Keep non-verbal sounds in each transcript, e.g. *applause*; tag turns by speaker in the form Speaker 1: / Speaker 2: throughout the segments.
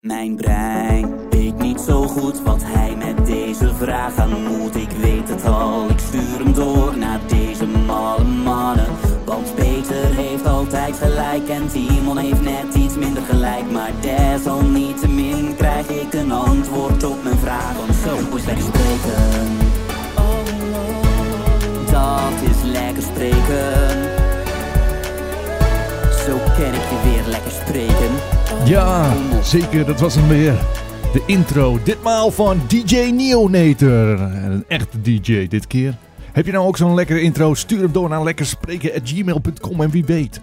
Speaker 1: Mijn brein weet niet zo goed wat hij met deze vraag aan moet. Ik weet het al, ik stuur hem door naar deze malle mannen. Want Peter heeft altijd gelijk en Timon heeft net iets minder gelijk. Maar desalniettemin krijg ik een antwoord op mijn vraag. Want zo is lekker spreken. Dat is lekker spreken. Zo ken ik je weer lekker spreken.
Speaker 2: Ja, zeker, dat was hem weer. De intro, ditmaal van DJ Neonator. Een echte DJ dit keer. Heb je nou ook zo'n lekkere intro? Stuur hem door naar lekkerspreken.gmail.com en wie weet.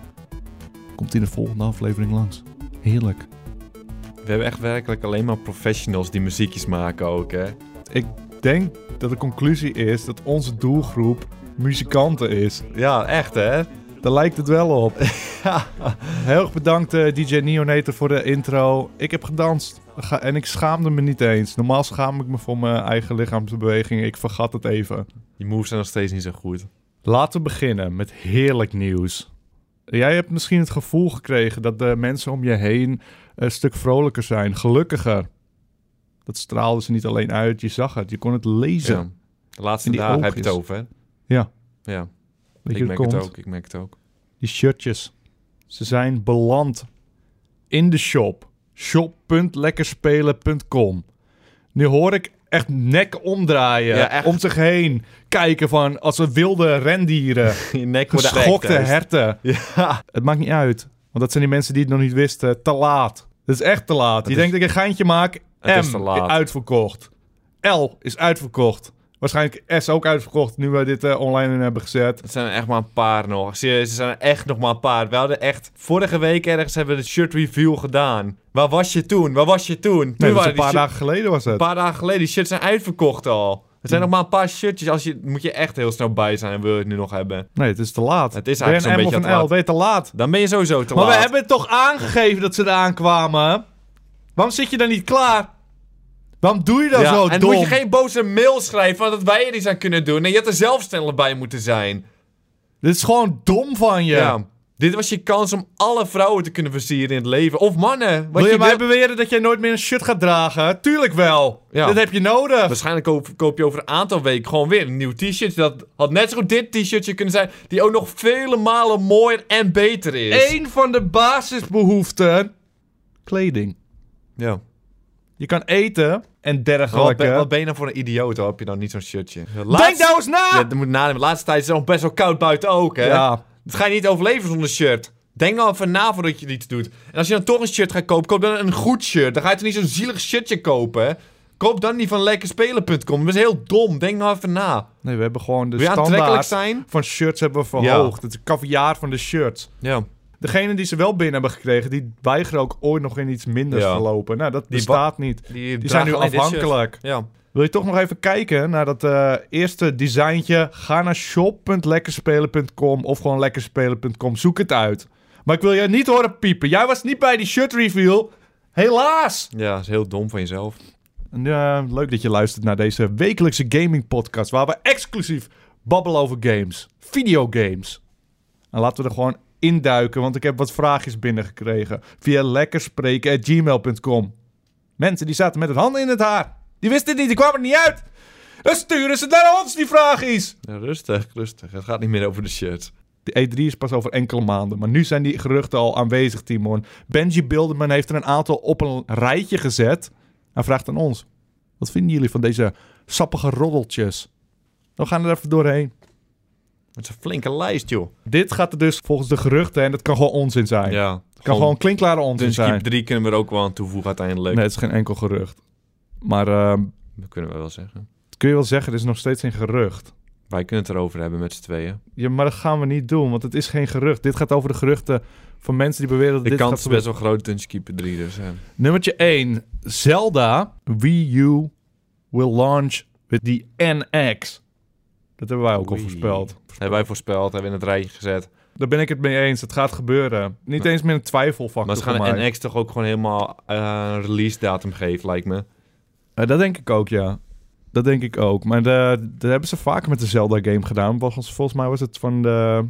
Speaker 2: Komt in de volgende aflevering langs. Heerlijk.
Speaker 3: We hebben echt werkelijk alleen maar professionals die muziekjes maken ook, hè?
Speaker 4: Ik denk dat de conclusie is dat onze doelgroep muzikanten is.
Speaker 3: Ja, echt, hè?
Speaker 4: Daar lijkt het wel
Speaker 3: *laughs*
Speaker 4: op. Heel erg bedankt eh, DJ Neonator voor de intro. Ik heb gedanst Ga- en ik schaamde me niet eens. Normaal schaam ik me voor mijn eigen lichaamsbewegingen. Ik vergat het even.
Speaker 3: Die moves zijn nog steeds niet zo goed.
Speaker 4: Laten we beginnen met heerlijk nieuws. Jij hebt misschien het gevoel gekregen dat de mensen om je heen een stuk vrolijker zijn, gelukkiger. Dat straalde ze niet alleen uit, je zag het, je kon het lezen.
Speaker 3: Ja. De laatste
Speaker 4: En die
Speaker 3: dagen heb je het
Speaker 4: oogjes.
Speaker 3: over, hè?
Speaker 4: Ja.
Speaker 3: Ja,
Speaker 4: Weet je,
Speaker 3: ik
Speaker 4: het
Speaker 3: merk het
Speaker 4: komt.
Speaker 3: ook, ik merk het
Speaker 4: *laughs*
Speaker 3: ook.
Speaker 4: Die shirtjes. Ze zijn beland in de shop. Shop.lekkerspelen.com. Nu hoor ik echt nek omdraaien.
Speaker 3: Ja, echt.
Speaker 4: Om zich heen. Kijken van als een wilde
Speaker 3: *laughs*
Speaker 4: rendieren.
Speaker 3: Je nek wordt
Speaker 4: geschokte
Speaker 3: echt-
Speaker 4: herten.
Speaker 3: *laughs* Ja.
Speaker 4: Het maakt niet uit. Want dat zijn die mensen die het nog niet wisten. Te laat. Dat is echt te laat. je
Speaker 3: is-
Speaker 4: denkt dat ik een geintje maak.
Speaker 3: Het
Speaker 4: M
Speaker 3: is te laat.
Speaker 4: uitverkocht. L is uitverkocht. Waarschijnlijk S ook uitverkocht. Nu we dit eh, online in hebben gezet.
Speaker 3: Het zijn er echt maar een paar nog. Serieus, er zijn er echt nog maar een paar. We hadden echt... Vorige week ergens hebben we de shirt review gedaan. Waar was je toen? Waar was je toen? Toen
Speaker 4: Nee, dat is een
Speaker 3: waren die
Speaker 4: paar
Speaker 3: shir-
Speaker 4: dagen geleden was het.
Speaker 3: Een paar dagen geleden, die shirts zijn uitverkocht al. Er zijn nog maar een paar shirtjes. Als je, moet je echt heel snel bij zijn en wil je het nu nog hebben.
Speaker 4: Nee, het is te laat.
Speaker 3: Het is
Speaker 4: Ben je
Speaker 3: eigenlijk zo'n
Speaker 4: een M
Speaker 3: beetje
Speaker 4: of een
Speaker 3: te
Speaker 4: L, ben je te laat.
Speaker 3: Dan ben je sowieso te
Speaker 4: maar
Speaker 3: laat.
Speaker 4: we hebben het toch aangegeven dat ze eraan kwamen? Waarom zit je dan niet klaar? Waarom doe je dan
Speaker 3: Ja,
Speaker 4: zo
Speaker 3: en
Speaker 4: dom?
Speaker 3: moet je geen boze mail schrijven van dat wij er iets aan kunnen doen. Nee, je had er zelf sneller bij moeten zijn.
Speaker 4: Dit is gewoon dom van je.
Speaker 3: Ja. Dit was je kans om alle vrouwen te kunnen versieren in het leven. Of mannen. Wat
Speaker 4: Wil je
Speaker 3: je
Speaker 4: mij
Speaker 3: wil.
Speaker 4: beweren dat jij nooit meer een shirt gaat dragen? Tuurlijk wel.
Speaker 3: Ja.
Speaker 4: Dat heb je nodig.
Speaker 3: Waarschijnlijk koop, koop je over een aantal weken gewoon weer een nieuw t-shirt. Dat had net zo goed dit t-shirtje kunnen zijn. Die ook nog vele malen mooier en beter is.
Speaker 4: Eén van de basisbehoeften. Kleding.
Speaker 3: Ja.
Speaker 4: Je kan eten en
Speaker 3: Maar Wat,
Speaker 4: dergelijke.
Speaker 3: ben, wat ben je nou voor een idioot? hoor, Heb je nou niet zo'n shirtje?
Speaker 4: Denk nou eens na!
Speaker 3: Ja, dat moet nadenken. De laatste tijd is het nog best wel koud buiten ook, hè?
Speaker 4: Ja.
Speaker 3: Dat ga je niet overleven zonder shirt. Denk nou even na voordat je iets doet. En als je dan toch een shirt gaat kopen, koop dan een goed shirt. Dan ga je toch niet zo'n zielig shirtje kopen, hè? Koop dan die van lekkerspelen.com. Dat is heel dom. Denk nou even na.
Speaker 4: Nee, we hebben gewoon de
Speaker 3: Wil je aantrekkelijk
Speaker 4: standaard
Speaker 3: zijn?
Speaker 4: van shirts hebben we verhoogd. Het is caviar van de shirts.
Speaker 3: Ja.
Speaker 4: Degene die ze wel binnen hebben gekregen, die weigeren ook ooit nog in iets minders
Speaker 3: Ja.
Speaker 4: te lopen. Nou, dat
Speaker 3: Die
Speaker 4: bestaat niet.
Speaker 3: Die,
Speaker 4: Die zijn
Speaker 3: dragen
Speaker 4: nu
Speaker 3: alleen dit shirt.
Speaker 4: afhankelijk.
Speaker 3: Ja.
Speaker 4: Wil je toch nog even kijken naar dat eh, eerste designtje? Ga naar shop.lekkerspelen.com of gewoon lekkerspelen.com. Zoek het uit. Maar ik wil je niet horen piepen. Jij was niet bij die shirt reveal. Helaas!
Speaker 3: Ja, dat is heel dom van jezelf.
Speaker 4: En, eh, leuk dat je luistert naar deze wekelijkse gaming podcast. Waar we exclusief babbelen over games. Videogames. En laten we er gewoon induiken. Want ik heb wat vraagjes binnengekregen. Via lekkerspreken.gmail.com Mensen die zaten met hun handen in het haar. Die wisten het niet. Die kwamen er niet uit. Dan sturen ze naar ons die vraagjes.
Speaker 3: Ja, rustig, rustig. Het gaat niet meer over de shirt.
Speaker 4: De E3 is pas over enkele maanden. Maar nu zijn die geruchten al aanwezig, Timon. Benji Bilderman heeft er een aantal op een rijtje gezet. En vraagt aan ons: Wat vinden jullie van deze sappige roddeltjes? We gaan er even doorheen.
Speaker 3: Het is een flinke lijst, joh.
Speaker 4: Dit gaat er dus volgens de geruchten. En dat kan gewoon onzin zijn. Het
Speaker 3: Ja. dus
Speaker 4: kan gewoon klinkklare onzin
Speaker 3: Dunskiep
Speaker 4: zijn.
Speaker 3: 3 kunnen we er ook wel aan toevoegen uiteindelijk.
Speaker 4: Nee, het is geen enkel gerucht. Maar ehm,
Speaker 3: Dat kunnen we wel zeggen.
Speaker 4: dat kun je wel zeggen: het is nog steeds een gerucht.
Speaker 3: Wij kunnen het erover hebben met z'n tweeën.
Speaker 4: Ja, maar dat gaan we niet doen, want het is geen gerucht. Dit gaat over de geruchten van mensen die beweren dat
Speaker 3: De
Speaker 4: dit gaat
Speaker 3: kans is
Speaker 4: gebeuren.
Speaker 3: best wel groot, Dunskiep 3 dus. hè.
Speaker 4: Nummertje 1. Zelda Wii U will launch with the NX. Dat hebben wij ook al
Speaker 3: Wii.
Speaker 4: voorspeld.
Speaker 3: Hebben wij voorspeld, hebben we in het rijtje gezet.
Speaker 4: Daar ben ik het mee eens. Het gaat gebeuren. Niet eens meer een twijfelfactor
Speaker 3: Maar ze
Speaker 4: voor
Speaker 3: gaan
Speaker 4: mij.
Speaker 3: NX toch ook gewoon helemaal eh, een release datum geven, lijkt me.
Speaker 4: Eh, dat denk ik ook, ja. Dat denk ik ook. Maar de, dat hebben ze vaak met de Zelda-game gedaan. Volgens, volgens mij was het van de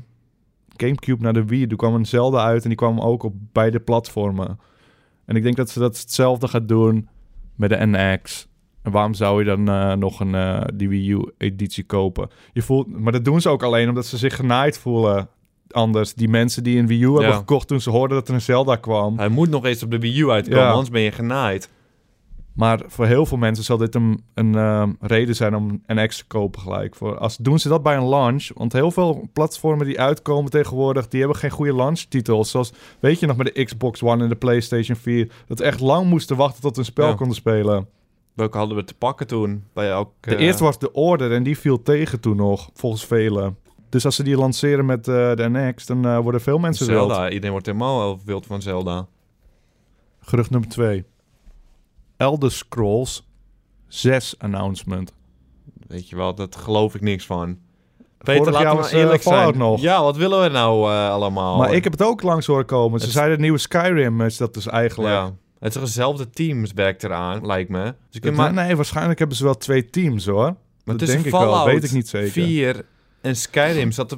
Speaker 4: Gamecube naar de Wii. Toen kwam een Zelda uit en die kwam ook op beide platformen. En ik denk dat ze dat hetzelfde gaat doen met de NX. En waarom zou je dan eh, nog een eh, die Wii U-editie kopen? Je voelt, maar dat doen ze ook alleen omdat ze zich genaaid voelen anders. Die mensen die een Wii U hebben
Speaker 3: Ja.
Speaker 4: gekocht toen ze hoorden dat er een Zelda kwam.
Speaker 3: Hij moet nog eens op de Wii U uitkomen,
Speaker 4: Ja.
Speaker 3: anders ben je genaaid.
Speaker 4: Maar voor heel veel mensen zal dit een, een ehm, reden zijn om een X te kopen gelijk. Voor, als doen ze dat bij een launch, want heel veel platformen die uitkomen tegenwoordig, die hebben geen goede launchtitels. Zoals, weet je nog, met de Xbox One en de PlayStation 4, dat ze echt lang moesten wachten tot een spel
Speaker 3: Ja.
Speaker 4: konden spelen.
Speaker 3: Welke hadden we te pakken toen? Bij elk,
Speaker 4: De
Speaker 3: eh,
Speaker 4: eerste was de Order en die viel tegen toen nog, volgens velen. Dus als ze die lanceren met eh, de NX, dan eh, worden veel mensen
Speaker 3: Zelda.
Speaker 4: wild.
Speaker 3: Iedereen wordt helemaal wild van Zelda.
Speaker 4: Gerucht nummer 2. Elder Scrolls 6 announcement.
Speaker 3: Weet je wel, dat geloof ik niks van.
Speaker 4: Vorig
Speaker 3: Peter,
Speaker 4: jaar
Speaker 3: laten we
Speaker 4: was,
Speaker 3: maar
Speaker 4: eh,
Speaker 3: eerlijk
Speaker 4: Fallout
Speaker 3: zijn.
Speaker 4: nog.
Speaker 3: Ja, wat willen we nou eh, allemaal?
Speaker 4: Maar ik heb het ook langs horen komen. Ze
Speaker 3: Het-
Speaker 4: zeiden het nieuwe Skyrim is dat dus eigenlijk.
Speaker 3: Ja. Het is hetzelfde teams werkt eraan, lijkt me. Dus ik
Speaker 4: Dat-
Speaker 3: maar,
Speaker 4: Nee, waarschijnlijk hebben ze wel twee teams hoor.
Speaker 3: maar
Speaker 4: dat
Speaker 3: tussen
Speaker 4: denk ik
Speaker 3: Fallout
Speaker 4: wel, weet ik niet zeker.
Speaker 3: 4 en Skyrim zat er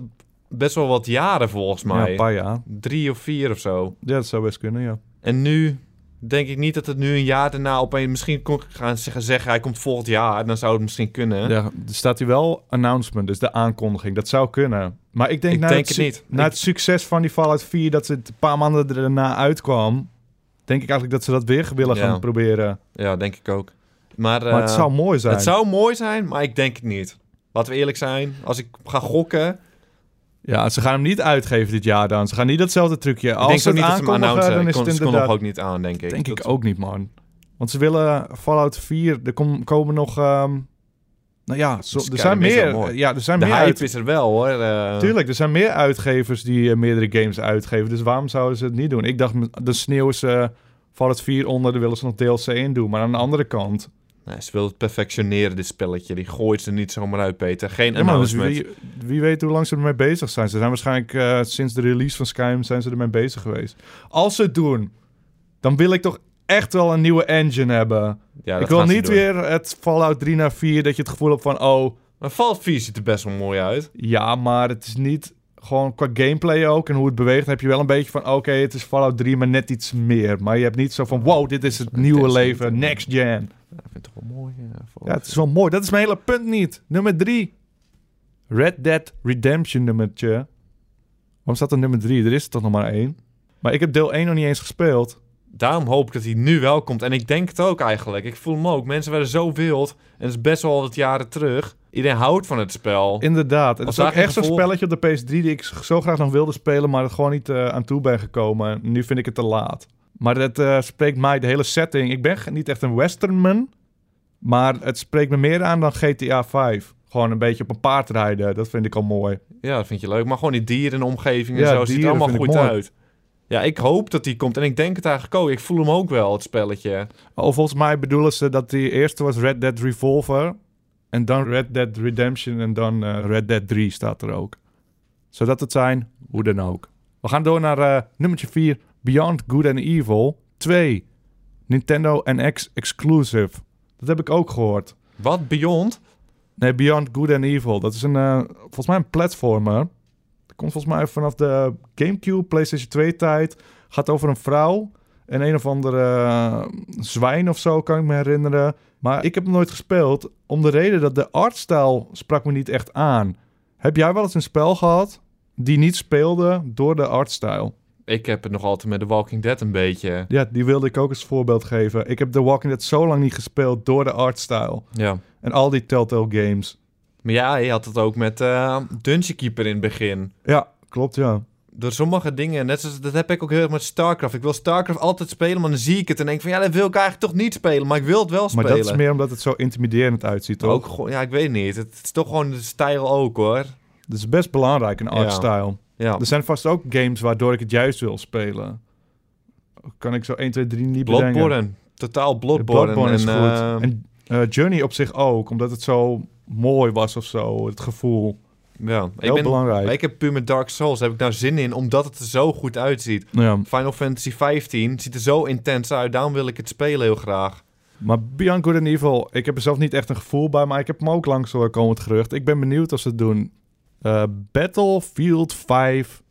Speaker 3: best wel wat jaren volgens
Speaker 4: Ja,
Speaker 3: mij.
Speaker 4: een paar jaar.
Speaker 3: Drie of vier of zo.
Speaker 4: Ja, dat zou best kunnen, ja.
Speaker 3: En nu denk ik niet dat het nu een jaar daarna opeens... Misschien kon ik gaan zeggen, zeggen hij komt volgend jaar. Dan zou het misschien kunnen.
Speaker 4: Ja, er staat hier wel announcement, dus de aankondiging. Dat zou kunnen. Maar ik denk,
Speaker 3: Ik
Speaker 4: na,
Speaker 3: denk
Speaker 4: het,
Speaker 3: het
Speaker 4: su-
Speaker 3: niet.
Speaker 4: na
Speaker 3: Ik-
Speaker 4: het succes van die Fallout 4, dat ze het een paar maanden daarna uitkwam... denk ik eigenlijk dat ze dat weer willen
Speaker 3: Ja.
Speaker 4: gaan proberen.
Speaker 3: Ja, denk ik ook. Maar,
Speaker 4: Maar het
Speaker 3: eh,
Speaker 4: zou mooi zijn.
Speaker 3: het zou mooi zijn, maar ik denk het niet. Laten we eerlijk zijn. Als ik ga gokken...
Speaker 4: Ja, ze gaan hem niet uitgeven dit jaar dan. Ze gaan niet datzelfde trucje.
Speaker 3: ik
Speaker 4: Als
Speaker 3: denk
Speaker 4: ze
Speaker 3: ook
Speaker 4: het
Speaker 3: niet dat ze hem
Speaker 4: aankondigen,
Speaker 3: announcen.
Speaker 4: dan
Speaker 3: Ik
Speaker 4: is
Speaker 3: kon,
Speaker 4: het
Speaker 3: ze kon
Speaker 4: inderdaad...
Speaker 3: nog ook niet aan, denk ik.
Speaker 4: Denk ik
Speaker 3: Dat-
Speaker 4: ook niet, man. Want ze willen Fallout 4, er kom- komen nog... ehm, nou ja, zo- er
Speaker 3: Skyrim
Speaker 4: zijn
Speaker 3: is wel
Speaker 4: meer...
Speaker 3: mooi.
Speaker 4: Ja, er zijn
Speaker 3: De
Speaker 4: meer
Speaker 3: hype
Speaker 4: uit-
Speaker 3: is er wel, hoor. eh.
Speaker 4: Tuurlijk, er zijn meer uitgevers die eh, meerdere games uitgeven. Dus waarom zouden ze het niet doen? Ik dacht, de sneeuw is eh, Fallout 4 onder, daar willen ze nog DLC in doen. Maar aan de andere kant...
Speaker 3: Nee, ze wil het perfectioneren, dit spelletje. Die gooit ze niet zomaar uit, Peter. Geen
Speaker 4: Ja, maar dus
Speaker 3: announcement.
Speaker 4: wie, wie weet hoe lang ze ermee bezig zijn. Ze zijn waarschijnlijk eh, sinds de release van Skyrim zijn ze ermee bezig geweest. Als ze het doen, dan wil ik toch echt wel een nieuwe engine hebben.
Speaker 3: Ja, dat
Speaker 4: ik wil
Speaker 3: gaan ze
Speaker 4: niet
Speaker 3: doen.
Speaker 4: weer het Fallout 3 naar 4 dat je het gevoel hebt van... Oh,
Speaker 3: Maar Fallout 4 ziet er best wel mooi uit.
Speaker 4: ja, maar het is niet... Gewoon qua gameplay ook en hoe het beweegt... heb je wel een beetje van... Oké, het is Fallout 3, maar net iets meer. Maar je hebt niet zo van... Wow, dit is het nieuwe
Speaker 3: Tencent.
Speaker 4: leven. Next gen.
Speaker 3: Ja, ik vind het toch wel mooi. Ja,
Speaker 4: Ja, het is wel mooi. Dat is mijn hele punt niet. Nummer 3. Red Dead Redemption nummertje. Waarom staat er nummer 3? Er is er toch nog maar één. Maar ik heb deel 1 nog niet eens gespeeld.
Speaker 3: Daarom hoop ik dat hij nu wel komt. En ik denk het ook eigenlijk. Ik voel hem ook. Mensen werden zo wild. En dat is best wel wat jaren terug. Iedereen houdt van het spel.
Speaker 4: Inderdaad. Het
Speaker 3: Als
Speaker 4: is ook
Speaker 3: daar geen
Speaker 4: echt zo'n
Speaker 3: gevolg-
Speaker 4: spelletje op de PS3 die ik zo graag nog wilde spelen, maar er gewoon niet eh, aan toe ben gekomen. Nu vind ik het te laat. Maar dat eh, spreekt mij, de hele setting. Ik ben ge- niet echt een westernman, maar het spreekt me meer aan dan GTA 5. Gewoon een beetje op een paard rijden, dat vind ik al mooi.
Speaker 3: Ja, dat vind je leuk. Maar gewoon die dieren en omgeving en
Speaker 4: Ja,
Speaker 3: zo. Ziet er
Speaker 4: dieren
Speaker 3: allemaal
Speaker 4: vind ik
Speaker 3: goed
Speaker 4: mooi.
Speaker 3: uit. Ja, ik hoop dat hij komt. En ik denk het eigenlijk ook. Ik voel hem ook wel, het spelletje.
Speaker 4: Oh, volgens mij bedoelen ze dat die eerste was Red Dead Revolver. En dan Red Dead Redemption en dan eh, Red Dead 3 staat er ook. Zodat het zijn, hoe dan ook. We gaan door naar eh nummertje 4, Beyond Good and Evil 2. Nintendo NX Exclusive. Dat heb ik ook gehoord.
Speaker 3: Wat? Beyond?
Speaker 4: Nee, Beyond Good and Evil. Dat is een, eh, volgens mij een platformer. Dat komt volgens mij vanaf de Gamecube, PlayStation 2 tijd. Gaat over een vrouw en een of andere eh, zwijn of zo, kan ik me herinneren. Maar ik heb hem nooit gespeeld, om de reden dat de artstijl sprak me niet echt aan. Heb jij wel eens een spel gehad die niet speelde door de artstijl?
Speaker 3: Ik heb het nog altijd met The Walking Dead een beetje.
Speaker 4: Ja, die wilde ik ook als voorbeeld geven. Ik heb The Walking Dead zo lang niet gespeeld door de artstijl.
Speaker 3: Ja.
Speaker 4: En al die Telltale games.
Speaker 3: Maar ja, je had het ook met eh Dungeon Keeper in het begin.
Speaker 4: Ja, klopt ja.
Speaker 3: Door sommige dingen, net zoals, dat heb ik ook heel erg met StarCraft. Ik wil StarCraft altijd spelen, maar dan zie ik het en denk van... ja, dat wil ik eigenlijk toch niet spelen, maar ik wil het wel
Speaker 4: Maar
Speaker 3: spelen.
Speaker 4: dat is meer omdat het zo intimiderend uitziet, toch?
Speaker 3: Ook gewoon- ja, ik weet niet. Het, is toch gewoon de stijl ook, hoor.
Speaker 4: Dat is best belangrijk, een artstyle.
Speaker 3: Ja,
Speaker 4: Er zijn vast ook games waardoor ik het juist wil spelen. Kan ik zo 1, 2, 3 niet bedenken.
Speaker 3: Bloodborne. Totaal Bloodborne.
Speaker 4: Bloodborne is
Speaker 3: en,
Speaker 4: goed.
Speaker 3: eh,
Speaker 4: En eh, Journey op zich ook, omdat het zo mooi was of zo. Het gevoel.
Speaker 3: ja, ik
Speaker 4: Heel
Speaker 3: ben,
Speaker 4: belangrijk.
Speaker 3: maar Ik heb puur met Dark Souls, heb ik daar zin in, omdat het er zo goed uitziet.
Speaker 4: Ja.
Speaker 3: Final Fantasy 15 ziet er zo intens uit, daarom wil ik het spelen heel graag.
Speaker 4: Maar Beyond Good and Evil, ik heb er zelf niet echt een gevoel bij, maar ik heb hem ook langs horen komen het gerucht. Ik ben benieuwd of ze het doen. Eh, Battlefield 5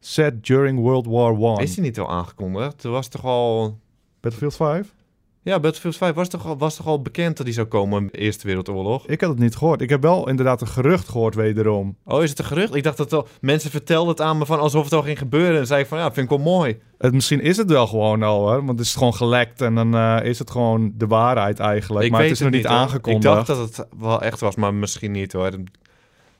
Speaker 4: set during World War 1.
Speaker 3: Is die niet al aangekondigd? Er was toch al
Speaker 4: Battlefield 5?
Speaker 3: Ja, Battlefield 5 was toch, al, was toch al bekend dat die zou komen in de Eerste Wereldoorlog?
Speaker 4: Ik had het niet gehoord. Ik heb wel inderdaad een gerucht gehoord wederom.
Speaker 3: Oh, is het een gerucht? Ik dacht dat al, mensen vertelden het aan me van alsof het al ging gebeuren. En zei ik van, ja, vind ik wel mooi.
Speaker 4: Het, misschien is het wel gewoon al, hoor. Want het is gewoon gelekt en dan eh, is het gewoon de waarheid eigenlijk.
Speaker 3: ik
Speaker 4: maar
Speaker 3: weet
Speaker 4: het is nog niet
Speaker 3: hoor.
Speaker 4: aangekondigd.
Speaker 3: Ik dacht dat het wel echt was, maar misschien niet hoor.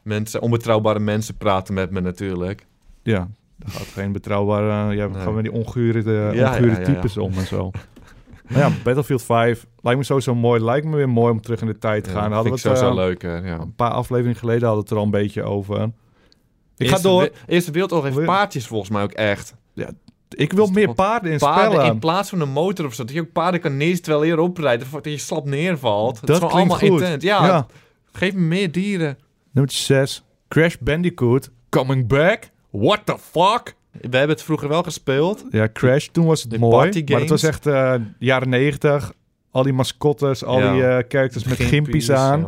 Speaker 3: Mensen, onbetrouwbare mensen praten met me natuurlijk.
Speaker 4: Ja, daar gaat geen betrouwbare... eh, Ja, we
Speaker 3: Nee.
Speaker 4: gaan met die ongeurige,
Speaker 3: ja,
Speaker 4: ongure
Speaker 3: ja, ja.
Speaker 4: types om en zo. Maar ja, Battlefield 5 lijkt me sowieso mooi. Lijkt me weer mooi om terug in de tijd te
Speaker 3: Ja,
Speaker 4: gaan.
Speaker 3: vind
Speaker 4: Hadden
Speaker 3: ik
Speaker 4: we het,
Speaker 3: sowieso
Speaker 4: eh,
Speaker 3: leuk. Hè? Ja.
Speaker 4: Een paar afleveringen geleden hadden we het er al een beetje over. Ik ga
Speaker 3: Eerste
Speaker 4: door.
Speaker 3: we- Eerste Wereldoorlog heeft
Speaker 4: Wil je-
Speaker 3: paardjes volgens mij ook echt.
Speaker 4: Ik wil
Speaker 3: Is het
Speaker 4: meer
Speaker 3: wat-
Speaker 4: paarden in
Speaker 3: Paarden
Speaker 4: spellen.
Speaker 3: in plaats van een motor of zo. Dat je ook paarden kan neerzetten terwijl je erop rijdt. Of dat je slap neervalt. Dat,
Speaker 4: Dat
Speaker 3: is gewoon
Speaker 4: klinkt
Speaker 3: allemaal
Speaker 4: goed.
Speaker 3: intent. Ja,
Speaker 4: ja.
Speaker 3: geef me meer dieren.
Speaker 4: Nummer 6. Crash Bandicoot. Coming back. What the fuck?
Speaker 3: We hebben het vroeger wel gespeeld.
Speaker 4: Ja, Crash, toen was het
Speaker 3: De
Speaker 4: mooi.
Speaker 3: party
Speaker 4: Maar het was
Speaker 3: games.
Speaker 4: echt eh, jaren 90. Al die mascottes, al
Speaker 3: Ja.
Speaker 4: die eh characters met gimpies
Speaker 3: Gimpies,
Speaker 4: aan.
Speaker 3: ja.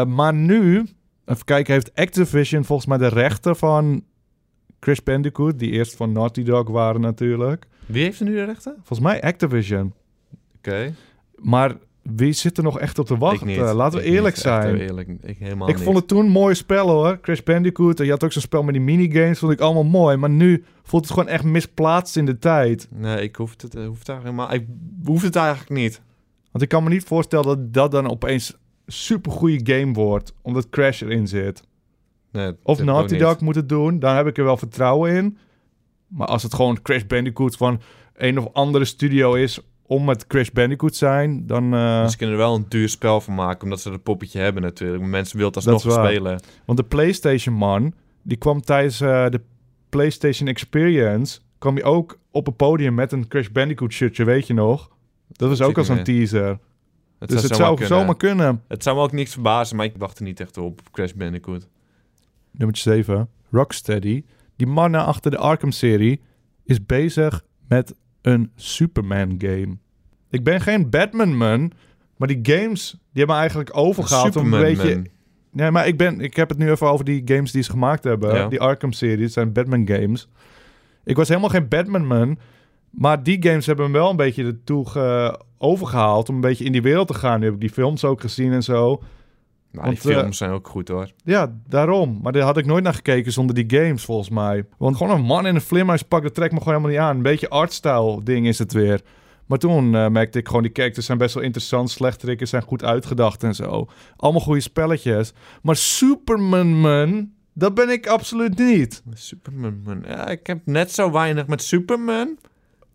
Speaker 4: Eh, maar nu, even kijken, heeft Activision volgens mij de rechten van Crash Bandicoot, die eerst van Naughty Dog waren natuurlijk.
Speaker 3: Wie heeft er nu de rechten?
Speaker 4: Volgens mij Activision.
Speaker 3: Oké.
Speaker 4: Maar wie zit er nog echt op te
Speaker 3: Ik
Speaker 4: wachten?
Speaker 3: niet.
Speaker 4: eh, Laten we
Speaker 3: Ik
Speaker 4: eerlijk
Speaker 3: niet. Echt
Speaker 4: zijn.
Speaker 3: heel eerlijk. Ik helemaal
Speaker 4: ik vond het toen mooie spellen hoor. Crash Bandicoot. En je had ook zo'n spel met die minigames. Vond ik allemaal mooi. Maar nu voelt het gewoon echt misplaatst in de tijd.
Speaker 3: Nee, ik hoef het, eh, hoef het eigenlijk helemaal... Ik hoef het eigenlijk niet.
Speaker 4: Want ik kan me niet voorstellen dat dat dan opeens supergoeie game wordt. Omdat Crash erin zit.
Speaker 3: Nee, dat
Speaker 4: Of
Speaker 3: heb ik ook
Speaker 4: Naughty
Speaker 3: niet.
Speaker 4: Dog eh. moet het doen. Daar heb ik er wel vertrouwen in. Maar als het gewoon Crash Bandicoot van een of andere studio is... om het Crash Bandicoot zijn, dan... eh,
Speaker 3: Ze kunnen er wel een duur spel van maken, omdat ze dat poppetje hebben natuurlijk. Maar Mensen willen het alsnog
Speaker 4: Dat is waar.
Speaker 3: spelen.
Speaker 4: Want de PlayStation man, die kwam tijdens eh, de PlayStation Experience, kwam hij ook op een podium met een Crash Bandicoot shirtje, weet je nog? Dat was
Speaker 3: Weet
Speaker 4: ook
Speaker 3: ik
Speaker 4: al zo'n
Speaker 3: niet
Speaker 4: teaser.
Speaker 3: Het
Speaker 4: dus
Speaker 3: zou
Speaker 4: het
Speaker 3: zomaar
Speaker 4: zou
Speaker 3: kunnen.
Speaker 4: zomaar kunnen.
Speaker 3: Het zou me ook niks verbazen, maar ik wacht er niet echt op. Crash Bandicoot.
Speaker 4: Nummer 7, Rocksteady. Die mannen achter de Arkham-serie is bezig met een Superman-game. Ik ben geen Batman-man, maar die games die hebben me eigenlijk overgehaald om een
Speaker 3: Superman
Speaker 4: beetje
Speaker 3: Man.
Speaker 4: Nee, maar ik, ben, ik heb het nu even over die games die ze gemaakt hebben.
Speaker 3: Ja.
Speaker 4: Die Arkham-series zijn Batman-games. Ik was helemaal geen Batman-man. Maar die games hebben me wel een beetje ertoe ge- overgehaald om een beetje in die wereld te gaan. Nu heb ik die films ook gezien en zo.
Speaker 3: Maar
Speaker 4: Want,
Speaker 3: Nou, die
Speaker 4: eh,
Speaker 3: films zijn ook goed hoor.
Speaker 4: Ja, daarom. Maar daar had ik nooit naar gekeken zonder die games, volgens mij. Want gewoon een man in een vleermuispak, dat trekt me gewoon helemaal niet aan. Een beetje artstyle ding is het weer. Maar toen eh, merkte ik gewoon, die characters zijn best wel interessant. Slechterikken zijn goed uitgedacht en zo. Allemaal goede spelletjes. Maar Superman, man, dat ben ik absoluut niet.
Speaker 3: Superman Man. Ja, ik heb net zo weinig met Superman.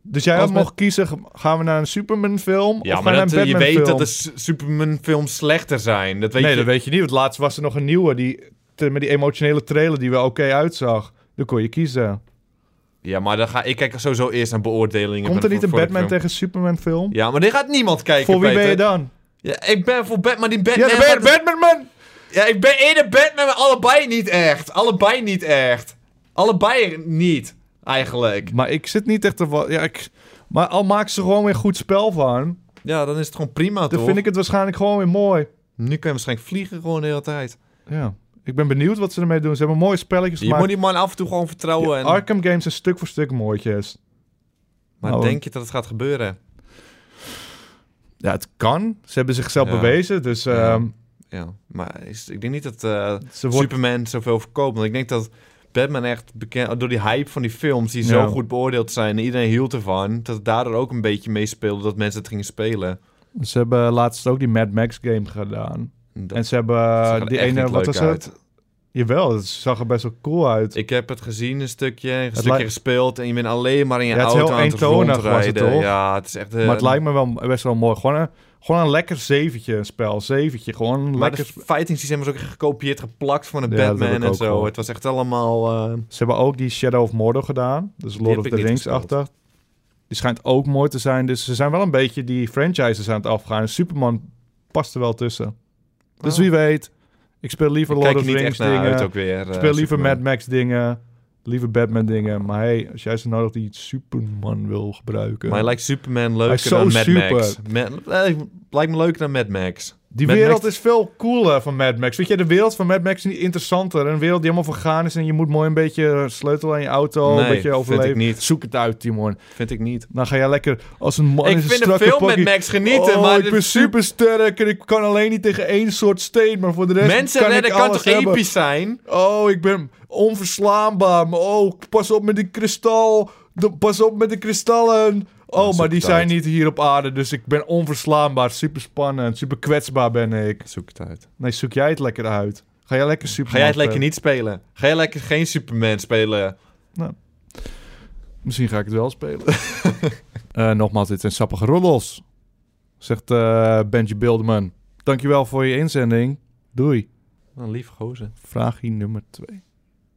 Speaker 4: Dus jij
Speaker 3: Als
Speaker 4: had
Speaker 3: met-
Speaker 4: mogen kiezen, g- gaan we naar een Superman film
Speaker 3: Ja,
Speaker 4: of gaan
Speaker 3: maar
Speaker 4: we naar een
Speaker 3: dat, eh, je
Speaker 4: Batman
Speaker 3: weet
Speaker 4: film?
Speaker 3: dat de su- Superman films slechter zijn. Dat weet
Speaker 4: nee,
Speaker 3: je.
Speaker 4: dat weet je niet. Want laatst was er nog een nieuwe die, te- met die emotionele trailer die wel oké uitzag. Dan kon je kiezen.
Speaker 3: Ja, maar dan ga ik kijk sowieso eerst naar beoordelingen.
Speaker 4: Komt
Speaker 3: van-
Speaker 4: er niet
Speaker 3: voor-
Speaker 4: een
Speaker 3: voor de
Speaker 4: Batman
Speaker 3: film.
Speaker 4: tegen Superman film?
Speaker 3: Ja, maar dit gaat niemand kijken.
Speaker 4: Voor wie ben je
Speaker 3: Peter.
Speaker 4: dan?
Speaker 3: Ja, ik ben voor Batman. Die Batman.
Speaker 4: Ja, dan ben je
Speaker 3: gaat-
Speaker 4: Batman, man!
Speaker 3: Ja, ik ben eerder Batman, maar allebei niet echt. Allebei niet echt. Allebei niet, eigenlijk.
Speaker 4: Maar ik zit niet echt te... wa- Ja, ik... Maar al maken ze gewoon weer goed spel van,
Speaker 3: Ja, dan is het gewoon prima,
Speaker 4: dan
Speaker 3: toch?
Speaker 4: vind ik het waarschijnlijk gewoon weer mooi.
Speaker 3: Nu kan je waarschijnlijk vliegen gewoon de hele tijd.
Speaker 4: Ja. Ik ben benieuwd wat ze ermee doen. Ze hebben mooie spelletjes
Speaker 3: Je moet
Speaker 4: gemaakt.
Speaker 3: die man af en toe gewoon vertrouwen. en...
Speaker 4: Arkham Games zijn stuk voor stuk mooitjes.
Speaker 3: Maar
Speaker 4: Oh.
Speaker 3: denk je dat het gaat gebeuren?
Speaker 4: Ja, het kan. Ze hebben zichzelf
Speaker 3: Ja.
Speaker 4: bewezen, dus
Speaker 3: Ja.
Speaker 4: ehm,
Speaker 3: Ja, maar is, ik denk niet dat eh,
Speaker 4: ze wordt...
Speaker 3: Superman zoveel verkoopt. Want ik denk dat Batman echt bekend... Door die hype van die films die
Speaker 4: Ja.
Speaker 3: zo goed beoordeeld zijn... en iedereen hield ervan... dat het daardoor ook een beetje meespeelde dat mensen het gingen spelen.
Speaker 4: Ze hebben laatst ook die Mad Max game gedaan.
Speaker 3: Dat
Speaker 4: En ze hebben
Speaker 3: zag er
Speaker 4: die
Speaker 3: echt
Speaker 4: ene...
Speaker 3: niet
Speaker 4: Wat was
Speaker 3: leuk
Speaker 4: het? Jawel, het zag er best wel cool uit.
Speaker 3: Ik heb het gezien, een stukje, een
Speaker 4: lijkt-
Speaker 3: stukje gespeeld en je bent alleen maar in je
Speaker 4: Ja, het is
Speaker 3: auto
Speaker 4: heel
Speaker 3: aan het
Speaker 4: eentonig was het,
Speaker 3: rondrijden.
Speaker 4: toch?
Speaker 3: Ja, het is echt... eh,
Speaker 4: maar het lijkt me wel best wel mooi. Gewoon een, gewoon een lekker zeventje een spel. Zeventje, gewoon een lekker...
Speaker 3: het fighting systeem was ook echt gekopieerd, geplakt van een
Speaker 4: Ja, dat heb ik
Speaker 3: Batman en
Speaker 4: ook
Speaker 3: zo.
Speaker 4: gehoord.
Speaker 3: Het was echt allemaal... eh,
Speaker 4: Ze hebben ook die Shadow of Mordor gedaan. Dus Lord
Speaker 3: heb
Speaker 4: of
Speaker 3: ik
Speaker 4: the
Speaker 3: niet
Speaker 4: Rings-achtig. Die schijnt ook mooi te zijn. Dus ze zijn wel een beetje die franchises aan het afgaan. En Superman past er wel tussen. Dus
Speaker 3: Oh.
Speaker 4: wie weet. Ik speel liever
Speaker 3: ik
Speaker 4: Lord
Speaker 3: kijk
Speaker 4: of
Speaker 3: er
Speaker 4: the
Speaker 3: niet
Speaker 4: Rings
Speaker 3: echt naar uit
Speaker 4: dingen.
Speaker 3: ook weer. eh,
Speaker 4: Ik speel liever Mad Max dingen. Liever Batman dingen. Maar hey, als jij zo nodig die Superman wil gebruiken.
Speaker 3: Maar hij lijkt Superman
Speaker 4: Hij is
Speaker 3: leuker
Speaker 4: zo
Speaker 3: dan Mad
Speaker 4: super.
Speaker 3: Max. Ma- eh, lijkt me leuker dan Mad Max.
Speaker 4: Die
Speaker 3: Mad
Speaker 4: wereld
Speaker 3: Max-
Speaker 4: is veel cooler van Mad Max. Weet je, de wereld van Mad Max is niet interessanter. Een wereld die helemaal vergaan is en je moet mooi een beetje sleutelen aan je auto.
Speaker 3: Nee,
Speaker 4: een beetje
Speaker 3: vind
Speaker 4: overleven.
Speaker 3: ik niet.
Speaker 4: Zoek het uit, Timon.
Speaker 3: Vind ik niet.
Speaker 4: Dan ga jij lekker als een man
Speaker 3: Ik
Speaker 4: in een
Speaker 3: vind de
Speaker 4: strakke
Speaker 3: film Mad
Speaker 4: pakkie.
Speaker 3: Max genieten,
Speaker 4: oh,
Speaker 3: maar
Speaker 4: ik
Speaker 3: de
Speaker 4: ben super
Speaker 3: super-
Speaker 4: sterk en ik kan alleen niet tegen één soort steen, maar voor de rest
Speaker 3: Mensen
Speaker 4: kan
Speaker 3: redden
Speaker 4: ik
Speaker 3: kan
Speaker 4: alles
Speaker 3: toch
Speaker 4: hebben.
Speaker 3: episch zijn?
Speaker 4: Oh, ik ben onverslaanbaar. Maar oh, pas op met die kristal. De- pas op met de kristallen. Oh,
Speaker 3: zoek
Speaker 4: maar die
Speaker 3: het
Speaker 4: zijn
Speaker 3: uit.
Speaker 4: niet hier op aarde, dus ik ben onverslaanbaar. Super spannend, super kwetsbaar ben ik.
Speaker 3: Zoek het uit.
Speaker 4: Nee, zoek jij het lekker uit. Ga jij lekker super.
Speaker 3: Ga jij het lekker niet spelen? Ga jij lekker geen Superman spelen?
Speaker 4: Misschien ga ik het wel spelen. *laughs* Eh, nogmaals, dit zijn sappige roddels. Zegt eh Benji Bilderman. Dankjewel voor je inzending. Doei.
Speaker 3: Een lief gozer.
Speaker 4: Vraagje nummer 2.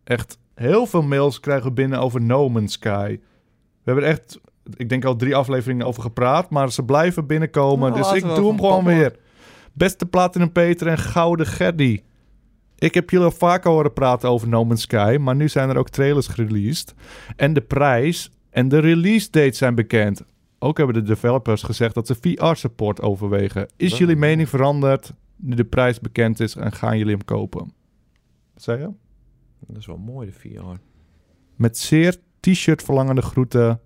Speaker 4: Echt heel veel mails krijgen we binnen over No Man's Sky. We hebben er echt, ik denk al drie afleveringen over gepraat, maar ze blijven binnenkomen.
Speaker 3: Nou,
Speaker 4: dus
Speaker 3: laten
Speaker 4: ik
Speaker 3: we
Speaker 4: doe hem
Speaker 3: van
Speaker 4: gewoon
Speaker 3: poppen.
Speaker 4: weer. Beste Platinum Peter en Gouden Gerdy. Ik heb jullie al vaker horen praten over No Man's Sky, maar nu zijn er ook trailers gereleased. En de prijs en de release date zijn bekend. Ook hebben de developers gezegd dat ze VR-support overwegen. Is
Speaker 3: Oh.
Speaker 4: jullie mening veranderd nu de prijs bekend is en gaan jullie hem kopen? Wat zei je?
Speaker 3: Dat is wel mooi, de VR.
Speaker 4: Met zeer t-shirt verlangende groeten.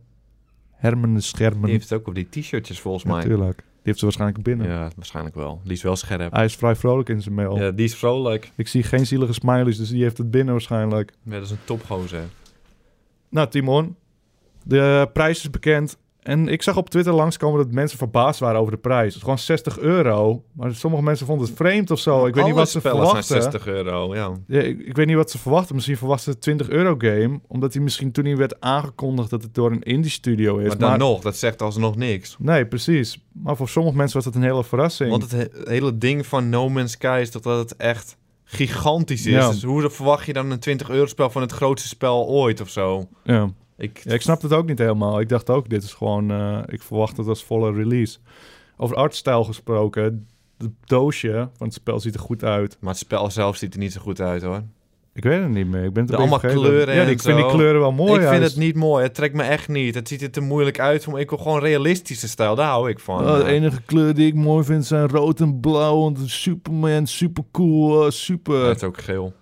Speaker 4: Herman de Schermen.
Speaker 3: Die heeft het ook op die t-shirtjes volgens mij.
Speaker 4: Natuurlijk. Die heeft ze waarschijnlijk binnen.
Speaker 3: Ja, waarschijnlijk wel. Die is wel scherp.
Speaker 4: Hij is vrij vrolijk in zijn mail.
Speaker 3: Ja, die is vrolijk.
Speaker 4: Ik zie geen zielige smileys, dus die heeft het binnen waarschijnlijk.
Speaker 3: Ja, dat is een topgozer.
Speaker 4: Nou, Timon. De prijs is bekend. En ik zag op Twitter langskomen dat mensen verbaasd waren over de prijs. Het is gewoon 60 euro. Maar sommige mensen vonden het vreemd of zo. Oh, Ik weet niet
Speaker 3: Alle
Speaker 4: wat ze
Speaker 3: spellen zijn
Speaker 4: verwachten.
Speaker 3: 60 euro, ja.
Speaker 4: Ja, ik, ik weet niet wat ze verwachten. Misschien verwachten ze 20 euro game. Omdat hij misschien toen hij werd aangekondigd dat het door een indie studio is.
Speaker 3: Maar dan nog, dat zegt alsnog niks.
Speaker 4: Nee, precies. Maar voor sommige mensen was dat een hele verrassing.
Speaker 3: Want het he- hele ding van No Man's Sky is toch dat het echt gigantisch is.
Speaker 4: Ja.
Speaker 3: Dus hoe verwacht je dan een 20 euro spel van het grootste spel ooit of zo?
Speaker 4: ja.
Speaker 3: Ik,
Speaker 4: Ja, ik snapte het ook niet helemaal. Ik dacht ook, dit is gewoon... eh, ik verwacht het als volle release. Over artstijl gesproken... Het doosje van het spel ziet er goed uit.
Speaker 3: Maar het spel zelf ziet er niet zo goed uit hoor.
Speaker 4: Ik weet het niet meer. Ik ben het
Speaker 3: De
Speaker 4: een beetje
Speaker 3: allemaal
Speaker 4: vergeten.
Speaker 3: kleuren
Speaker 4: Ja,
Speaker 3: en
Speaker 4: ik vind die
Speaker 3: zo.
Speaker 4: kleuren wel mooi.
Speaker 3: ik vind
Speaker 4: juist.
Speaker 3: het niet mooi. Het trekt me echt niet. Het ziet er te moeilijk uit. voor me. Ik wil gewoon realistische stijl. Daar hou ik van.
Speaker 4: Oh, de enige kleur die ik mooi vind zijn rood en blauw. Want Superman, super cool, super...
Speaker 3: Het is ook geel.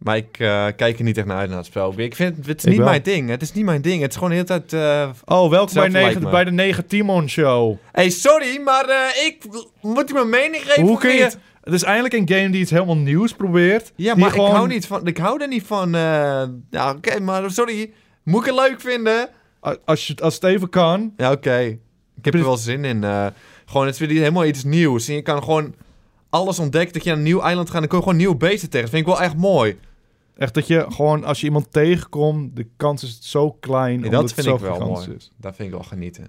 Speaker 3: Maar ik eh, kijk er niet echt naar uit naar het spel. Ik vind het, is
Speaker 4: Ik
Speaker 3: niet
Speaker 4: wel.
Speaker 3: mijn ding. Het is niet mijn ding. Het is gewoon de hele tijd. eh,
Speaker 4: Oh, welkom bij,
Speaker 3: Hetzelfde lijkt
Speaker 4: negen,
Speaker 3: me.
Speaker 4: bij de 9 Timon Show.
Speaker 3: Hey, sorry, maar eh, ik moet je mijn mening geven.
Speaker 4: Hoe
Speaker 3: of
Speaker 4: kun je...
Speaker 3: niet?
Speaker 4: Het Het is eindelijk een game die iets helemaal nieuws probeert.
Speaker 3: Ja,
Speaker 4: die
Speaker 3: maar ik
Speaker 4: gewoon-
Speaker 3: hou niet van. Ik hou er niet van. eh, ja, oké, maar sorry. Moet ik het leuk vinden?
Speaker 4: A- Als, je, als het even kan.
Speaker 3: Ja, oké. Ik heb
Speaker 4: Precies.
Speaker 3: er wel zin in. eh. gewoon, het is weer helemaal iets nieuws. En je kan gewoon alles ontdekken. Dat je naar een nieuw eiland gaat. Dan kun je gewoon nieuwe beesten tegen. Dat vind ik wel echt mooi.
Speaker 4: Echt dat je gewoon, als je iemand tegenkomt, de kans is zo klein.
Speaker 3: Nee,
Speaker 4: omdat
Speaker 3: dat
Speaker 4: het
Speaker 3: vind ik
Speaker 4: zo
Speaker 3: wel
Speaker 4: gigantisch
Speaker 3: mooi.
Speaker 4: Is.
Speaker 3: Daar vind ik wel genieten.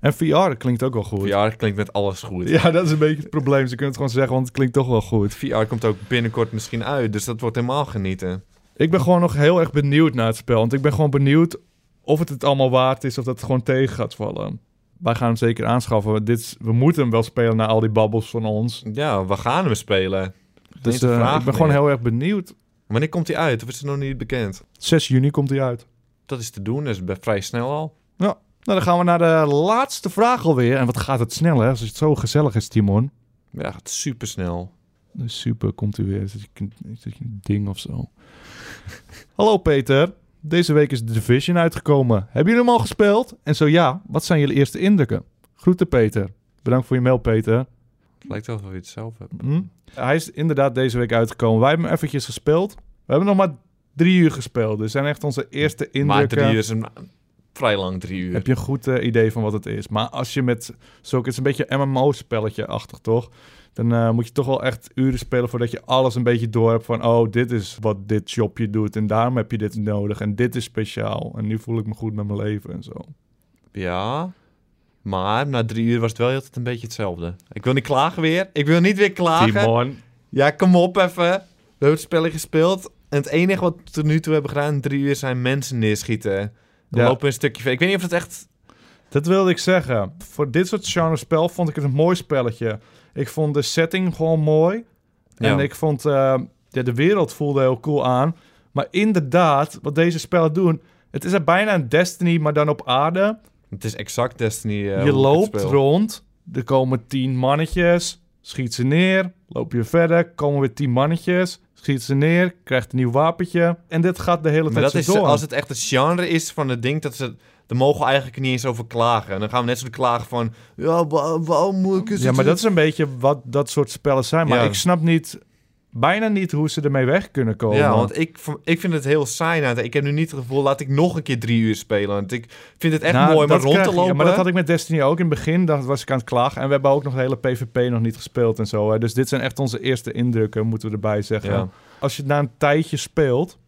Speaker 4: En VR klinkt ook wel goed. Ja.
Speaker 3: VR klinkt met alles goed.
Speaker 4: dat is een beetje het probleem. Ze kunnen het gewoon zeggen, want het klinkt toch wel goed.
Speaker 3: VR komt ook binnenkort misschien uit. Dus dat wordt helemaal genieten.
Speaker 4: Ik ben gewoon nog heel erg benieuwd naar het spel. Want ik ben gewoon benieuwd of het het allemaal waard is of dat het gewoon tegen gaat vallen. Wij gaan hem zeker aanschaffen. Dit is- we moeten hem wel spelen na al die babbels van ons.
Speaker 3: Ja, we gaan hem spelen.
Speaker 4: Dus
Speaker 3: te
Speaker 4: eh,
Speaker 3: vragen
Speaker 4: ik ben gewoon
Speaker 3: meer.
Speaker 4: heel erg benieuwd.
Speaker 3: Wanneer komt hij uit? Of is het nog niet bekend?
Speaker 4: 6 juni komt hij uit.
Speaker 3: Dat is te doen. Dat is bij- vrij snel al.
Speaker 4: Nou, dan gaan we naar de laatste vraag alweer. En wat gaat het snel, hè? Als het zo gezellig is, Timon.
Speaker 3: Ja, het gaat super snel.
Speaker 4: Dus super, komt u weer. Is dat je, is dat je een ding of zo? *laughs* Hallo Peter. Deze week is The Division uitgekomen. Hebben jullie hem al gespeeld? En zo ja, wat zijn jullie eerste indrukken? Groeten Peter. Bedankt voor je mail, Peter.
Speaker 3: Het lijkt wel of je het zelf hebt.
Speaker 4: Hm? Hij is inderdaad deze week uitgekomen. Wij hebben hem eventjes gespeeld. We hebben nog maar drie uur gespeeld. Dit zijn echt onze eerste indrukken.
Speaker 3: Maar drie uur is een vrij lang drie uur.
Speaker 4: Heb je een goed eh, idee van wat het is. Maar als je met zulke... Het is een beetje MMO-spelletje-achtig, toch? Dan eh, moet je toch wel echt uren spelen voordat je alles een beetje door hebt van... Oh, dit is wat dit shopje doet en daarom heb je dit nodig. En dit is speciaal. En nu voel ik me goed met mijn leven en zo.
Speaker 3: Ja. Maar na drie uur was het wel altijd een beetje hetzelfde. Ik wil niet klagen weer. Ik wil niet weer klagen.
Speaker 4: Timon.
Speaker 3: Ja, kom op even. We hebben het spelletje gespeeld. En het enige wat we tot nu toe hebben gedaan in drie uur zijn mensen neerschieten. We
Speaker 4: Ja.
Speaker 3: lopen een stukje ver. Ik weet niet of het echt...
Speaker 4: Dat wilde ik zeggen. Voor dit soort genre spel vond ik het een mooi spelletje. Ik vond de setting gewoon mooi. En
Speaker 3: Ja.
Speaker 4: ik vond... eh, ja, de wereld voelde heel cool aan. Maar inderdaad, wat deze spellen doen... Het is er bijna een Destiny, maar dan op aarde...
Speaker 3: Het is exact Destiny. eh, hoe ik
Speaker 4: je
Speaker 3: het
Speaker 4: loopt
Speaker 3: speel.
Speaker 4: rond. Er komen tien mannetjes. Schiet ze neer, loop je verder, komen weer tien mannetjes. Schiet ze neer, krijgt een nieuw wapentje. En dit gaat de hele
Speaker 3: Maar
Speaker 4: tijd
Speaker 3: dat
Speaker 4: zo
Speaker 3: is,
Speaker 4: door.
Speaker 3: als het echt het genre is van het ding, dat ze, daar mogen we eigenlijk niet eens over klagen. En dan gaan we net zo klagen van, ja, wa- waarom moet ik eens-
Speaker 4: Ja, maar dat is een beetje wat dat soort spellen zijn. Maar
Speaker 3: Ja.
Speaker 4: ik snap niet, bijna niet hoe ze ermee weg kunnen komen.
Speaker 3: Ja, want ik, v- ik vind het heel saai. nou, Ik heb nu niet het gevoel, laat ik nog een keer drie uur spelen. Want ik vind het echt
Speaker 4: Nou,
Speaker 3: mooi, maar
Speaker 4: dat
Speaker 3: rond
Speaker 4: krijg
Speaker 3: te
Speaker 4: je.
Speaker 3: lopen...
Speaker 4: Ja, maar dat had ik met Destiny ook in het begin. Dat was ik aan het klagen. En we hebben ook nog de hele PvP nog niet gespeeld en zo. Hè. Dus dit zijn echt onze eerste indrukken, moeten we erbij zeggen.
Speaker 3: Ja.
Speaker 4: Als je het na een tijdje speelt,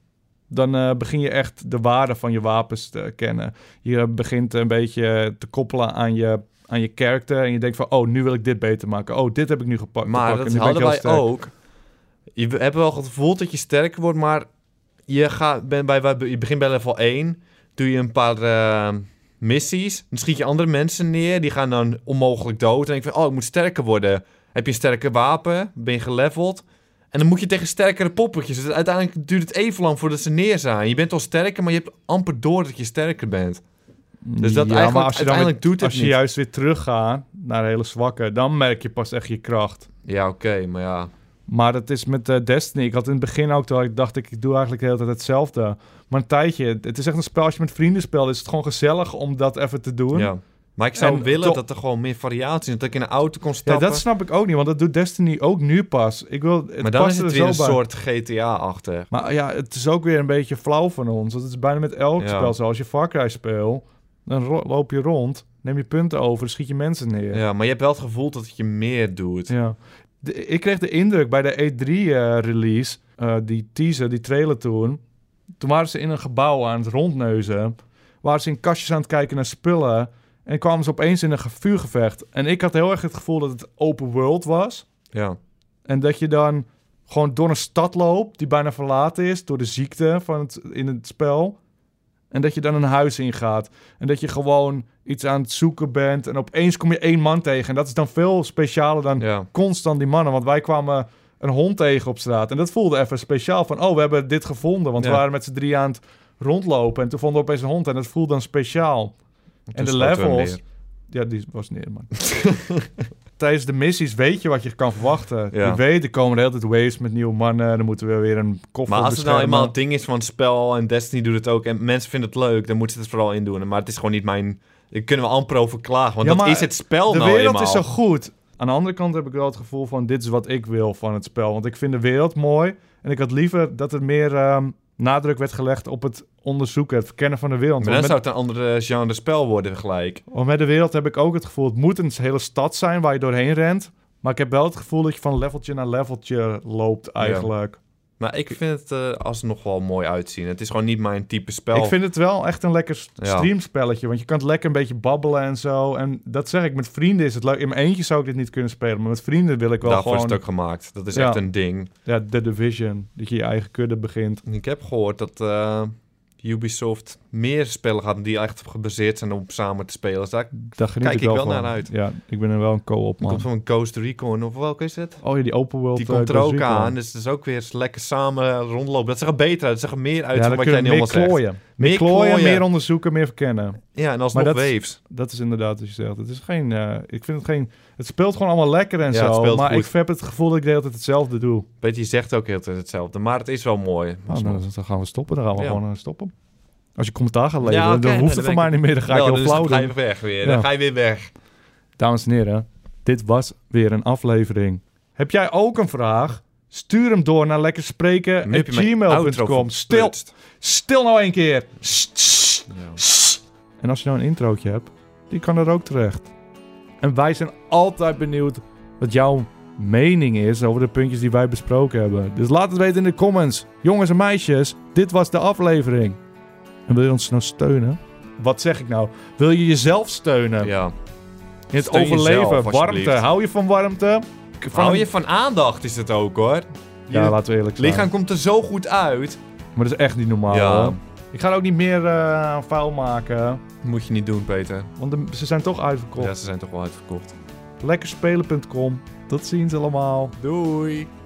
Speaker 4: dan eh, begin je echt de waarde van je wapens te kennen. Je begint een beetje te koppelen aan je, aan je character. En je denkt van, oh, nu wil ik dit beter maken. Oh, dit heb ik nu gepakt.
Speaker 3: Maar
Speaker 4: gepakt.
Speaker 3: dat
Speaker 4: En nu ben ik
Speaker 3: hadden
Speaker 4: heel
Speaker 3: wij
Speaker 4: sterk.
Speaker 3: ook. Je be- hebt wel het gevoel dat je sterker wordt, maar je, gaat, ben bij, bij- je begint bij level 1. Doe je een paar eh, missies. Dan schiet je andere mensen neer. Die gaan dan onmogelijk dood. En ik vind, oh, ik moet sterker worden. Heb je een sterker wapen? Ben je geleveld? En dan moet je tegen sterkere poppetjes. Dus uiteindelijk duurt het even lang voordat ze neer zijn. Je bent al sterker, maar je hebt amper door dat je sterker bent. Dus dat
Speaker 4: Ja, maar
Speaker 3: eigenlijk,
Speaker 4: als je dan weer-
Speaker 3: uiteindelijk doet het
Speaker 4: Als je
Speaker 3: niet.
Speaker 4: juist weer teruggaat naar hele zwakke, dan merk je pas echt je kracht.
Speaker 3: Ja, oké, maar ja.
Speaker 4: Maar dat is met eh, Destiny. Ik had in het begin ook dat ik dacht, ik ik doe eigenlijk de hele tijd hetzelfde. Maar een tijdje, het- het is echt een spel. Als je met vrienden speelt, is het gewoon gezellig om dat even te doen.
Speaker 3: Ja. Maar ik zou
Speaker 4: En
Speaker 3: willen
Speaker 4: to-
Speaker 3: dat er gewoon meer variatie is. Dat ik in een auto kon
Speaker 4: Ja,
Speaker 3: stappen.
Speaker 4: dat snap ik ook niet, want dat doet Destiny ook nu pas. Ik wil, het
Speaker 3: maar dan
Speaker 4: past
Speaker 3: is
Speaker 4: er
Speaker 3: het weer
Speaker 4: zo
Speaker 3: een
Speaker 4: bij.
Speaker 3: soort GTA-achtig.
Speaker 4: Maar ja, het is ook weer een beetje flauw van ons. Dat is bijna met elk
Speaker 3: Ja.
Speaker 4: spel zo. Als je Far Cry speelt, dan ro- loop je rond, neem je punten over, schiet je mensen neer.
Speaker 3: Ja. maar je hebt wel het gevoel dat je meer doet.
Speaker 4: Ja. De- ik kreeg de indruk bij de E E3-release, eh, die teaser, die trailer toen. Toen waren ze in een gebouw aan het rondneuzen. Waren ze in kastjes aan het kijken naar spullen. En kwamen ze opeens in een ge- vuurgevecht. En ik had heel erg het gevoel dat het open world was.
Speaker 3: Ja.
Speaker 4: En dat je dan gewoon door een stad loopt die bijna verlaten is door de ziekte van het, in het spel. En dat je dan een huis ingaat. En dat je gewoon iets aan het zoeken bent. En opeens kom je één man tegen. En dat is dan veel specialer dan
Speaker 3: ja.
Speaker 4: constant die mannen. Want wij kwamen een hond tegen op straat. En dat voelde even speciaal. Van, oh, we hebben dit gevonden. Want we
Speaker 3: Ja.
Speaker 4: waren met z'n drie aan het rondlopen. En toen vonden we opeens een hond. En dat voelde dan speciaal. en de
Speaker 3: schoten we hem
Speaker 4: levels...
Speaker 3: neer.
Speaker 4: Ja, die was neer, man. *laughs* Tijdens de missies weet je wat je kan verwachten.
Speaker 3: Ja.
Speaker 4: Je weet, er komen de hele tijd waves met nieuwe mannen. Dan moeten we weer een koffer
Speaker 3: Maar als het nou
Speaker 4: beschermen.
Speaker 3: eenmaal het ding is van het spel en Destiny doet het ook en mensen vinden het leuk, dan moeten ze het vooral in doen. Maar het is gewoon niet mijn... Daar kunnen we amper over klagen, want
Speaker 4: Ja,
Speaker 3: dat
Speaker 4: maar
Speaker 3: is het spel
Speaker 4: De
Speaker 3: nou
Speaker 4: wereld
Speaker 3: eenmaal.
Speaker 4: is zo goed. Aan de andere kant heb ik wel het gevoel van... dit is wat ik wil van het spel. Want ik vind de wereld mooi. En ik had liever dat er meer ehm, nadruk werd gelegd... op het onderzoeken, het verkennen van de wereld.
Speaker 3: Maar
Speaker 4: Want
Speaker 3: dan
Speaker 4: met,
Speaker 3: zou het een andere genre spel worden gelijk.
Speaker 4: want met de wereld heb ik ook het gevoel... het moet een hele stad zijn waar je doorheen rent. Maar ik heb wel het gevoel dat je van leveltje naar leveltje loopt eigenlijk.
Speaker 3: Maar ik vind het eh, alsnog wel mooi uitzien. Het is gewoon niet mijn type spel.
Speaker 4: Ik vind het wel echt een lekker st-
Speaker 3: Ja.
Speaker 4: streamspelletje. Want je kan het lekker een beetje babbelen en zo. En dat zeg ik, met vrienden is het leuk. In mijn eentje zou ik dit niet kunnen spelen. Maar met vrienden wil ik wel
Speaker 3: Daarvoor is
Speaker 4: gewoon...
Speaker 3: het ook gemaakt. Dat is
Speaker 4: Ja.
Speaker 3: echt een ding.
Speaker 4: Ja, The Division. Dat je je eigen kudde begint.
Speaker 3: Ik heb gehoord dat eh, Ubisoft meer spellen gaat die echt gebaseerd zijn om samen te spelen. Dus daar
Speaker 4: Daar geniet
Speaker 3: Kijk
Speaker 4: ik wel,
Speaker 3: ik wel
Speaker 4: van.
Speaker 3: naar uit.
Speaker 4: Ja, ik ben er wel een co-op man.
Speaker 3: komt van Ghost Recon of welke is het?
Speaker 4: Oh ja, die open world.
Speaker 3: Die
Speaker 4: eh,
Speaker 3: komt er ook
Speaker 4: Ghost Recon.
Speaker 3: aan, dus het is ook weer eens lekker samen rondlopen. Dat zag er beter uit, dat zag er meer uit
Speaker 4: Ja,
Speaker 3: dan
Speaker 4: dan
Speaker 3: wat jij
Speaker 4: kunnen
Speaker 3: nu
Speaker 4: we meer
Speaker 3: allemaal zegt.
Speaker 4: klooien. Meer klooien, meer onderzoeken, meer verkennen.
Speaker 3: Ja, en alsnog
Speaker 4: Maar dat-
Speaker 3: waves.
Speaker 4: Dat is inderdaad wat je zegt. Het is geen... eh, ik vind het geen... Het speelt gewoon allemaal lekker en
Speaker 3: Ja, het
Speaker 4: zo.
Speaker 3: speelt
Speaker 4: maar
Speaker 3: goed.
Speaker 4: ik heb het gevoel dat ik de hele tijd hetzelfde doe.
Speaker 3: Weet je, je zegt ook heel de tijd hetzelfde, maar het is wel mooi.
Speaker 4: Nou,
Speaker 3: Alsnog.
Speaker 4: dan, dan gaan we stoppen. Dan gaan we
Speaker 3: Ja.
Speaker 4: gewoon eh, stoppen. Als je commentaar gaat leveren,
Speaker 3: Ja, oké,
Speaker 4: dan
Speaker 3: nee,
Speaker 4: hoeft
Speaker 3: dan
Speaker 4: het voor mij
Speaker 3: ben ik-
Speaker 4: niet meer. Dan ga
Speaker 3: Wel,
Speaker 4: ik heel
Speaker 3: dus
Speaker 4: flauw
Speaker 3: dan ga je
Speaker 4: doen.
Speaker 3: weg weer,
Speaker 4: Ja.
Speaker 3: dan ga je weer weg.
Speaker 4: Dames en heren, dit was weer een aflevering. Heb jij ook een vraag? Stuur hem door naar lekker
Speaker 3: Dan
Speaker 4: spreken
Speaker 3: heb je mijn outro
Speaker 4: gmail.com. Stil,
Speaker 3: verprutst.
Speaker 4: stil nou een keer. Sst, sst, sst. En als je nou een introotje hebt, die kan er ook terecht. En wij zijn altijd benieuwd wat jouw mening is over de puntjes die wij besproken hebben. Dus laat het weten in de comments. Jongens en meisjes, dit was de aflevering. En wil je ons nou steunen? Wat zeg ik nou? Wil je jezelf steunen?
Speaker 3: Ja.
Speaker 4: In het
Speaker 3: Steun
Speaker 4: overleven,
Speaker 3: jezelf,
Speaker 4: warmte.
Speaker 3: alsjeblieft.
Speaker 4: Hou je van warmte? K- Van
Speaker 3: Hou
Speaker 4: een-
Speaker 3: je van aandacht is het ook hoor.
Speaker 4: Ja,
Speaker 3: Je
Speaker 4: laten we eerlijk zijn.
Speaker 3: lichaam komt er zo goed uit.
Speaker 4: Maar dat is echt niet normaal.
Speaker 3: Ja.
Speaker 4: hoor. Ik ga er ook niet meer eh vuil maken.
Speaker 3: Moet je niet doen, Peter.
Speaker 4: Want de- ze zijn toch uitverkocht.
Speaker 3: Ja, ze zijn toch wel uitverkocht.
Speaker 4: Lekkerspelen.com. Tot ziens allemaal.
Speaker 3: Doei.